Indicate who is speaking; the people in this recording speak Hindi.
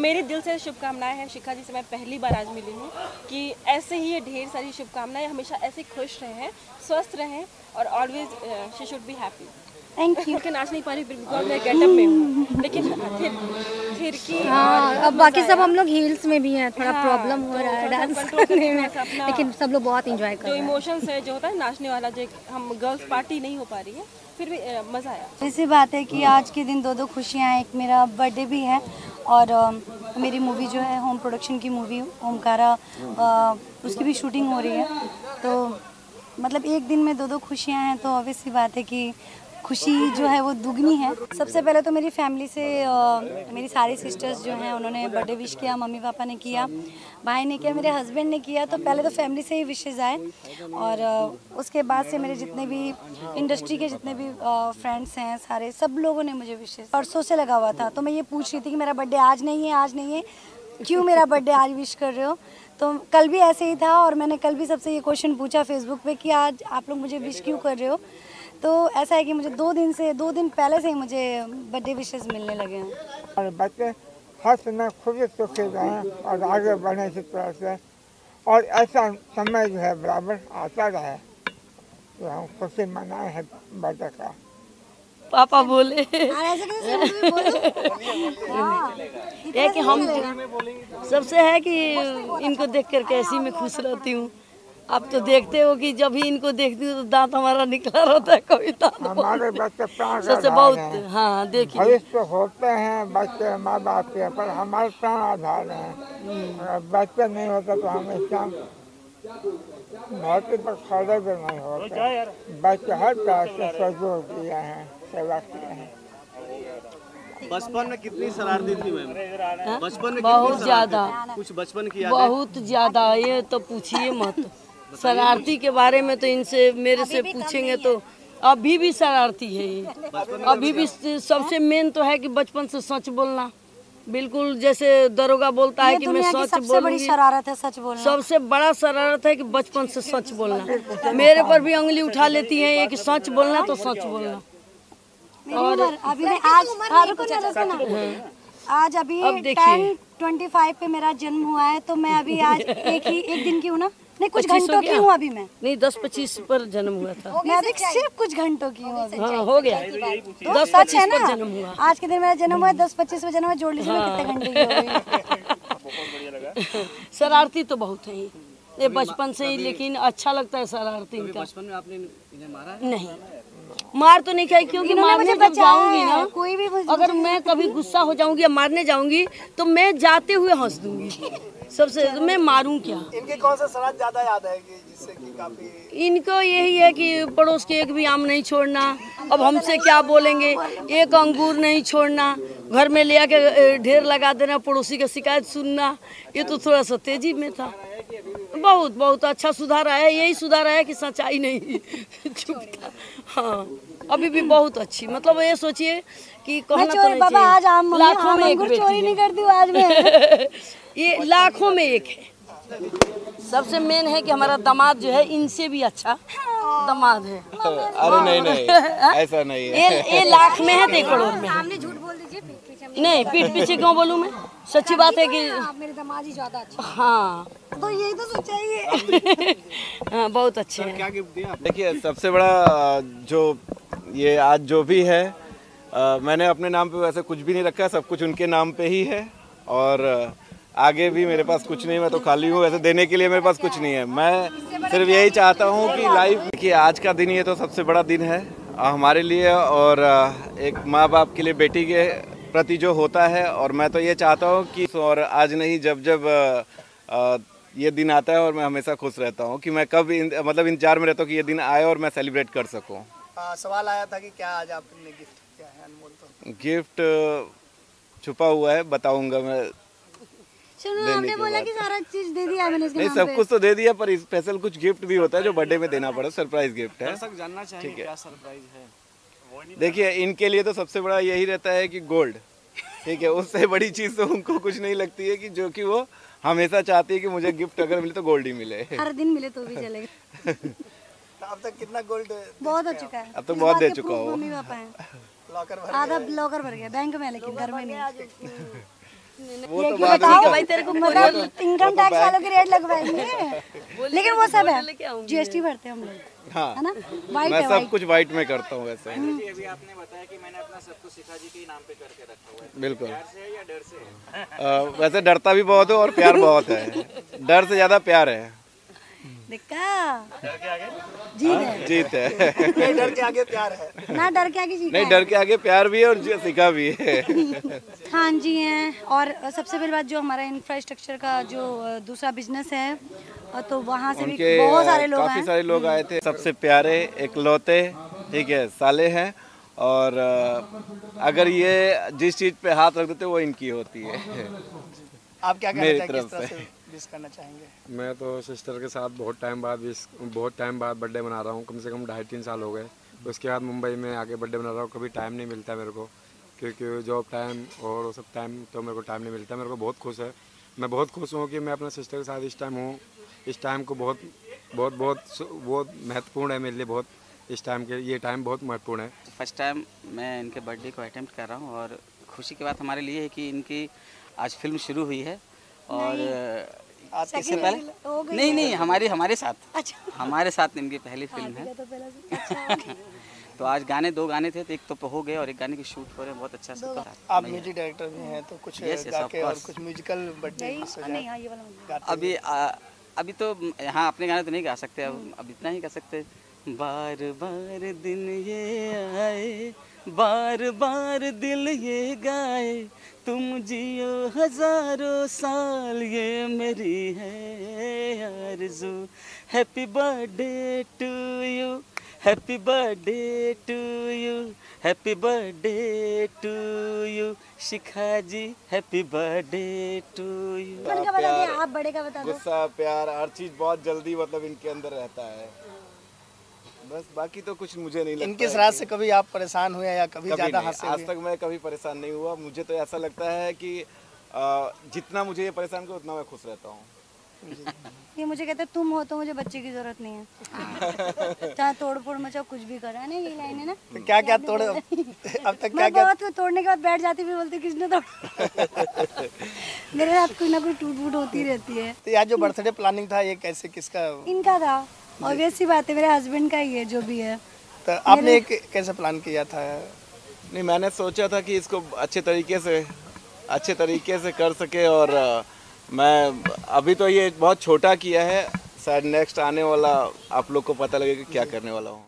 Speaker 1: मेरे दिल से शुभकामनाएं हैं शिखा जी से मैं पहली बार आज मिली हूँ कि ऐसे ही ये ढेर सारी शुभकामनाएं हमेशा ऐसे खुश रहें स्वस्थ रहें और uh, always she should be happy
Speaker 2: thank you
Speaker 1: क्योंकि नाच नहीं पा रही बिल्कुल तो मैं गेटअप में हूँ लेकिन फिर फिर की
Speaker 2: हाँ अब बाकी सब हम लोग हील्स में भी हैं थोड़ा
Speaker 1: हाँ,
Speaker 2: प्रॉब्लम हो
Speaker 1: तो
Speaker 2: रहा है
Speaker 1: थोड़ा सा
Speaker 2: डांस
Speaker 1: control
Speaker 2: करने में
Speaker 1: करना अपना।
Speaker 2: लेकिन सब लोग बहुत इंजॉय कर
Speaker 1: जो
Speaker 2: रहे हैं
Speaker 1: इमोशंस है जो होता है नाचने वाला जो एक- हम गर्ल्स पार्टी नहीं हो पा रही है फिर भी अ, मजा आया
Speaker 3: ऐसी बात है कि आज के दिन दो दो खुशियाँ हैं एक मेरा बर्थडे भी है और अम, मेरी मूवी जो है होम प्रोडक्शन की मूवी ओमकारा अ, उसकी भी शूटिंग हो रही है तो मतलब एक दिन में दो दो खुशियाँ हैं तो ऑब्वियस सी बात है कि खुशी जो है वो दुगनी है सबसे पहले तो मेरी फैमिली से अ, मेरी सारी सिस्टर्स जो हैं उन्होंने बर्थडे विश किया मम्मी पापा ने किया भाई ने किया मेरे हस्बैंड ने किया तो पहले तो फैमिली से ही विशेज़ आए और अ, उसके बाद से मेरे जितने भी इंडस्ट्री के जितने भी फ्रेंड्स हैं सारे सब लोगों ने मुझे विशेष परसों से लगा हुआ था तो मैं ये पूछ रही थी कि मेरा बर्थडे आज नहीं है आज नहीं है क्यों मेरा बर्थडे आज विश कर रहे हो तो कल भी ऐसे ही था और मैंने कल भी सबसे ये क्वेश्चन पूछा फेसबुक पे कि आज आप लोग मुझे विश क्यों कर रहे हो तो ऐसा है कि मुझे दो दिन से दो दिन पहले से ही मुझे बर्थडे विशेस मिलने लगे हैं
Speaker 4: और बच्चे हंसना खुद सुखी रहें और आगे बढ़े इसी तरह से और ऐसा समय जो है बराबर आता रहे तो हम खुशी मनाए हैं बर्थडे का
Speaker 5: पापा बोले
Speaker 3: और ऐसे कैसे मैं भी बोलूं? हाँ,
Speaker 5: ये कि हम सबसे है कि इनको देख कर कैसी मैं खुश रहती हूँ आप तो देखते हो कि जब ही इनको देखती हूँ तो दांत हमारा निकला रहता है कभी दांत
Speaker 4: हमारे बच्चे प्राण
Speaker 5: सबसे
Speaker 4: आधार
Speaker 5: बहुत
Speaker 4: हैं
Speaker 5: हाँ देखिए
Speaker 4: भविष्य होते हैं बच्चे माँ बाप के पर हमारे प्राण आधार हैं अगर बच्चे नहीं होते तो हमेशा धरती पर खड़े भी नहीं होते बच्चे हर तरह से सहयोग दिए हैं सेवा किए हैं
Speaker 6: बचपन में कितनी शरारती थी
Speaker 3: हाँ?
Speaker 6: मैम बचपन में
Speaker 5: बहुत
Speaker 6: कितनी
Speaker 5: ज्यादा
Speaker 6: शरारती- कुछ बचपन की यादें
Speaker 5: बहुत ज्यादा ये तो पूछिए मत शरारती के बारे में तो इनसे मेरे से पूछेंगे तो अभी भी शरारती है ये अभी भी सबसे मेन तो है कि बचपन से सच बोलना बिल्कुल जैसे दरोगा बोलता है
Speaker 3: ये
Speaker 5: कि मैं
Speaker 3: दुनिया की
Speaker 5: सच
Speaker 3: सबसे बड़ी
Speaker 5: बोलूंगी
Speaker 3: शरारत है सच बोलना
Speaker 5: सबसे बड़ा शरारत है कि बचपन से सच बोलना मेरे पर भी उंगली उठा लेती हैं ये कि सच बोलना तो सच बोलना
Speaker 3: मेरी उम्र अभी मैं आज हाँ, रुको ना, रुको ना। आज अभी
Speaker 5: हाँ। अब देखिए।
Speaker 3: टेन ट्वेंटी फाइव पे मेरा जन्म हुआ है तो मैं अभी आज एक ही एक दिन की हूँ ना नहीं कुछ
Speaker 5: पच्चीस हो
Speaker 3: घंटों की
Speaker 5: गया?
Speaker 3: हूँ अभी मैं
Speaker 5: नहीं दस पच्चीस पर जन्म हुआ था
Speaker 3: मैं अभी सिर्फ कुछ घंटों की हूँ अभी
Speaker 5: हाँ हो गया
Speaker 3: तो
Speaker 5: दस
Speaker 3: सच
Speaker 5: पच्चीस हाँ।
Speaker 3: है ना
Speaker 5: पर जन्म हुआ
Speaker 3: आज के दिन मेरा जन्म हुआ है दस पच्चीस में जन्म हुआ जोड़ लीजिए मैं कितने घंटे की हो गई
Speaker 5: शरारती तो बहुत है ये। ये बचपन से ही लेकिन अच्छा लगता है शरारती इनका
Speaker 6: बचपन में आपने इन्हें मारा है
Speaker 5: नहीं मार तो नहीं खाई क्योंकि
Speaker 3: इन्होंने
Speaker 5: मारने
Speaker 3: मुझे
Speaker 5: जब
Speaker 3: बचाया
Speaker 5: जाऊंगी
Speaker 3: है,
Speaker 5: ना
Speaker 3: कोई भी मुझे
Speaker 5: अगर मैं कभी गुस्सा हो जाऊंगी या मारने जाऊंगी तो मैं जाते हुए हंस दूंगी सबसे तो मैं मारूं क्या
Speaker 7: इनके कौन सा सलाद ज्यादा याद है कि जिससे कि काफी
Speaker 5: इनको यही है कि पड़ोस के एक भी आम नहीं छोड़ना अब हमसे क्या बोलेंगे एक अंगूर नहीं छोड़ना घर में ले आके अ, ढेर लगा देना पड़ोसी का शिकायत सुनना ये तो थोड़ा सा तेजी में था बहुत बहुत अच्छा सुधार आया यही सुधार आया कि सच्चाई नहीं चुप था हाँ अभी भी बहुत अच्छी मतलब ये सोचिए कि
Speaker 3: मैं
Speaker 5: कहना तो
Speaker 3: चोरी
Speaker 5: नहीं
Speaker 3: बाबा आज आम
Speaker 5: चाहिए
Speaker 3: मम्मी आम अंगूर
Speaker 5: लाखों में एक बेटी
Speaker 3: चोरी
Speaker 5: है
Speaker 3: नहीं करती हूँ आज मैं
Speaker 5: ये लाखों में एक है सबसे मेन है कि हमारा दामाद जो है इनसे भी अच्छा दामाद है
Speaker 8: अरे नहीं नहीं ऐसा नहीं है
Speaker 5: ये ये लाख में है तो ये करोड़ में है।
Speaker 2: हमने झूठ बोल दीजिए पीछे
Speaker 5: नहीं पीठ पीछे क्यों बोलूं मैं सच्ची बात है कि
Speaker 2: मेरे दामाद ही ज्यादा अच्छे
Speaker 5: हाँ
Speaker 3: तो यही तो सोचा ही है
Speaker 5: हाँ बहुत अच्छे हैं
Speaker 6: क्या गिफ्ट दिया
Speaker 8: देखिए सबसे बड़ा अ, जो ये आज जो भी है अ, मैंने अपने नाम पे वैसे कुछ भी नहीं रखा सब कुछ उनके नाम पे ही है और अ, आगे भी मेरे पास कुछ नहीं मैं तो खाली हूँ वैसे देने के लिए मेरे पास कुछ नहीं है मैं सिर्फ यही चाहता हूँ कि लाइफ देखिए आज का दिन ये तो सबसे बड़ा दिन है अ, हमारे लिए और अ, एक माँ बाप के लिए बेटी के प्रति जो होता है और मैं तो ये चाहता हूँ कि और आज नहीं जब जब अ, अ, ये दिन आता है और मैं हमेशा खुश रहता हूँ कि मैं कब इन, मतलब इंतजार में रहता हूँ कि ये दिन आए और मैं सेलिब्रेट कर सकूँ
Speaker 7: आ, सवाल आया था कि क्या आज आपने गिफ्ट किया है अनमोल तो? को
Speaker 8: गिफ्ट अ, छुपा हुआ है बताऊंगा मैं
Speaker 3: सुनो
Speaker 8: देने
Speaker 3: हमने
Speaker 8: की
Speaker 3: बोला
Speaker 8: बात
Speaker 3: कि सारा चीज दे दिया मैंने इसके
Speaker 8: नहीं
Speaker 3: नाम
Speaker 8: सब
Speaker 3: पे
Speaker 8: कुछ तो दे दिया पर स्पेशल कुछ गिफ्ट भी होता है जो बर्थडे में देना पड़ा सरप्राइज गिफ्ट है
Speaker 6: दर्शक जानना चाहेंगे
Speaker 8: ठीक है।
Speaker 6: क्या सरप्राइज है
Speaker 8: देखिए इनके लिए तो सबसे बड़ा यही रहता है कि गोल्ड ठीक है उससे बड़ी चीज़ तो उनको कुछ नहीं लगती है कि जो कि वो हमेशा चाहती है कि मुझे गिफ्ट अगर मिले तो गोल्ड ही मिले
Speaker 3: हर दिन मिले तो भी चलेगा
Speaker 7: तो अब तक कितना गोल्ड
Speaker 3: बहुत हो चुका है
Speaker 8: अब तो
Speaker 3: इस
Speaker 8: बहुत
Speaker 3: बात
Speaker 8: दे
Speaker 3: के
Speaker 8: चुका
Speaker 3: proof
Speaker 8: हो।
Speaker 3: मम्मी पापा हैं
Speaker 7: लॉकर भर
Speaker 3: आधा ब्लॉगर भर गया बैंक में है, लेकिन घर में नहीं
Speaker 5: आज
Speaker 8: वो तो
Speaker 3: क्यों
Speaker 8: बाद में
Speaker 3: बताओ
Speaker 8: कर-
Speaker 3: तेरे को
Speaker 8: तो-
Speaker 3: मतलब इनकम टैक्स वालों की रेट लगवाएंगे लेकिन वो सब
Speaker 5: लेके
Speaker 3: है
Speaker 5: आऊंगी।
Speaker 3: जीएसटी भरते हैं हम लोग
Speaker 8: हाँ
Speaker 3: है ना वाइट
Speaker 8: मैं
Speaker 3: है
Speaker 8: सब
Speaker 3: वाइट
Speaker 8: कुछ वाइट में करता हूँ वैसे
Speaker 9: अभी आपने बताया कि मैंने अपना सब कुछ सिखा जी के ही नाम पे करके रखा हुआ है
Speaker 8: बिल्कुल
Speaker 9: से है या डर से है
Speaker 8: अ, वैसे डरता भी बहुत है और प्यार बहुत है डर से ज़्यादा प्यार है
Speaker 3: दिक्का जी गए
Speaker 8: हाँ? जीत है
Speaker 7: नहीं डर के आगे प्यार है
Speaker 3: ना डर के आगे
Speaker 8: नहीं
Speaker 3: सीखा है
Speaker 8: डर के आगे प्यार भी है और जी- सीखा भी है
Speaker 3: खान जी हैं और सबसे पहली बात जो हमारा इंफ्रास्ट्रक्चर का जो अ, दूसरा बिजनेस है अ, तो वहाँ से भी
Speaker 8: उनके
Speaker 3: बहुत सारे
Speaker 8: अ,
Speaker 3: लोग
Speaker 8: काफी
Speaker 3: हैं
Speaker 8: सारे लोग आए थे सबसे प्यारे इकलौते ठीक है साले हैं और अ, अगर ये जिस चीज पे हाथ रख देते वो इनकी होती है
Speaker 7: आप क्या कहना
Speaker 8: मेरी
Speaker 7: चाहेंगे किस
Speaker 8: तरफ
Speaker 7: तरह से विश करना चाहेंगे
Speaker 10: मैं तो सिस्टर के साथ बहुत टाइम बाद इस बहुत टाइम बाद बर्थडे मना रहा हूँ कम से कम ढाई तीन साल हो गए उसके बाद मुंबई में आके बर्थडे मना रहा हूँ कभी टाइम नहीं मिलता मेरे को क्योंकि जॉब टाइम और वो सब टाइम तो मेरे को टाइम नहीं मिलता मेरे को बहुत खुश है मैं बहुत खुश हूँ कि मैं अपने सिस्टर के साथ इस टाइम हूँ इस टाइम को बहुत बहुत बहुत सु- बहुत महत्वपूर्ण है मेरे लिए बहुत इस टाइम के ये टाइम बहुत महत्वपूर्ण है
Speaker 9: फर्स्ट टाइम मैं इनके बर्थडे को अटेम्प्ट कर रहा हूँ और खुशी की बात हमारे लिए है कि इनकी आज फिल्म शुरू हुई है और
Speaker 7: आज
Speaker 9: इससे
Speaker 3: Second
Speaker 9: पहले
Speaker 3: film हो गई
Speaker 9: नहीं नहीं हमारी हमारे साथ
Speaker 3: अच्छा
Speaker 9: हमारे साथ इनकी पहली फिल्म है
Speaker 3: तो पहला से- अच्छा,
Speaker 9: तो आज गाने दो गाने थे तो एक तो हो गए और एक गाने की शूट हो रहे हैं बहुत अच्छा से
Speaker 7: आप म्यूजिक डायरेक्टर भी हैं तो कुछ
Speaker 9: Yes, yes,
Speaker 7: गा
Speaker 9: of
Speaker 7: के और
Speaker 9: course.
Speaker 7: कुछ म्यूजिकल बर्थडे
Speaker 3: यही- नहीं हाँ ये वाला मंदिर।
Speaker 9: अभी आ, अभी तो यहाँ अपने गाने तो नहीं गा सकते अब अब इतना ही गा सकते बार बार दिन ये आए बार बार दिल ये गाए तुम जियो हजारों साल ये मेरी है आरज़ू happy birthday to you happy birthday to you happy birthday to you Shikha ji happy birthday to you
Speaker 3: बचपन का बता दिया आप बड़े का बता दो
Speaker 8: गुस्सा प्यार हर चीज बहुत जल्दी मतलब इनके अंदर रहता है बस बाकी तो कुछ मुझे नहीं लगता
Speaker 7: इनके
Speaker 8: है
Speaker 7: रात
Speaker 8: कि-
Speaker 7: से कभी आप परेशान हुए या कभी
Speaker 8: कभी
Speaker 7: ज्यादा
Speaker 8: नहीं।
Speaker 7: हादसे
Speaker 8: आज
Speaker 7: हुए
Speaker 8: तक मैं कभी परेशान नहीं हुआ मुझे तो ऐसा लगता है कि अ, जितना मुझे ये परेशान करो उतना मैं खुश रहता हूँ
Speaker 3: ये मुझे कहते हैं, तुम हो तो मुझे बच्चे की जरूरत नहीं है चाहे तोड़ फोड़ मचाओ कुछ भी करो है ना ये लाइन है ना
Speaker 7: तो क्या क्या तोड़ अब तक क्या
Speaker 3: मैं
Speaker 7: क्या
Speaker 3: बहुत को तोड़ने के बाद बैठ जाती भी बोलती किसने तोड़ा मेरे साथ कुछ ना कुछ टूट फूट होती रहती है
Speaker 7: तो यहाँ जो बर्थडे प्लानिंग था ये कैसे किसका
Speaker 3: इनका था ऑब्वियस सी बात है मेरे हस्बैंड का ही है जो भी है
Speaker 7: तो आपने एक कैसे प्लान किया था
Speaker 8: नहीं मैंने सोचा था कि इसको अच्छे तरीके से अच्छे तरीके से कर सके और अ, मैं अभी तो ये बहुत छोटा किया है शायद नेक्स्ट आने वाला आप लोग को पता लगेगा कि क्या करने वाला हूँ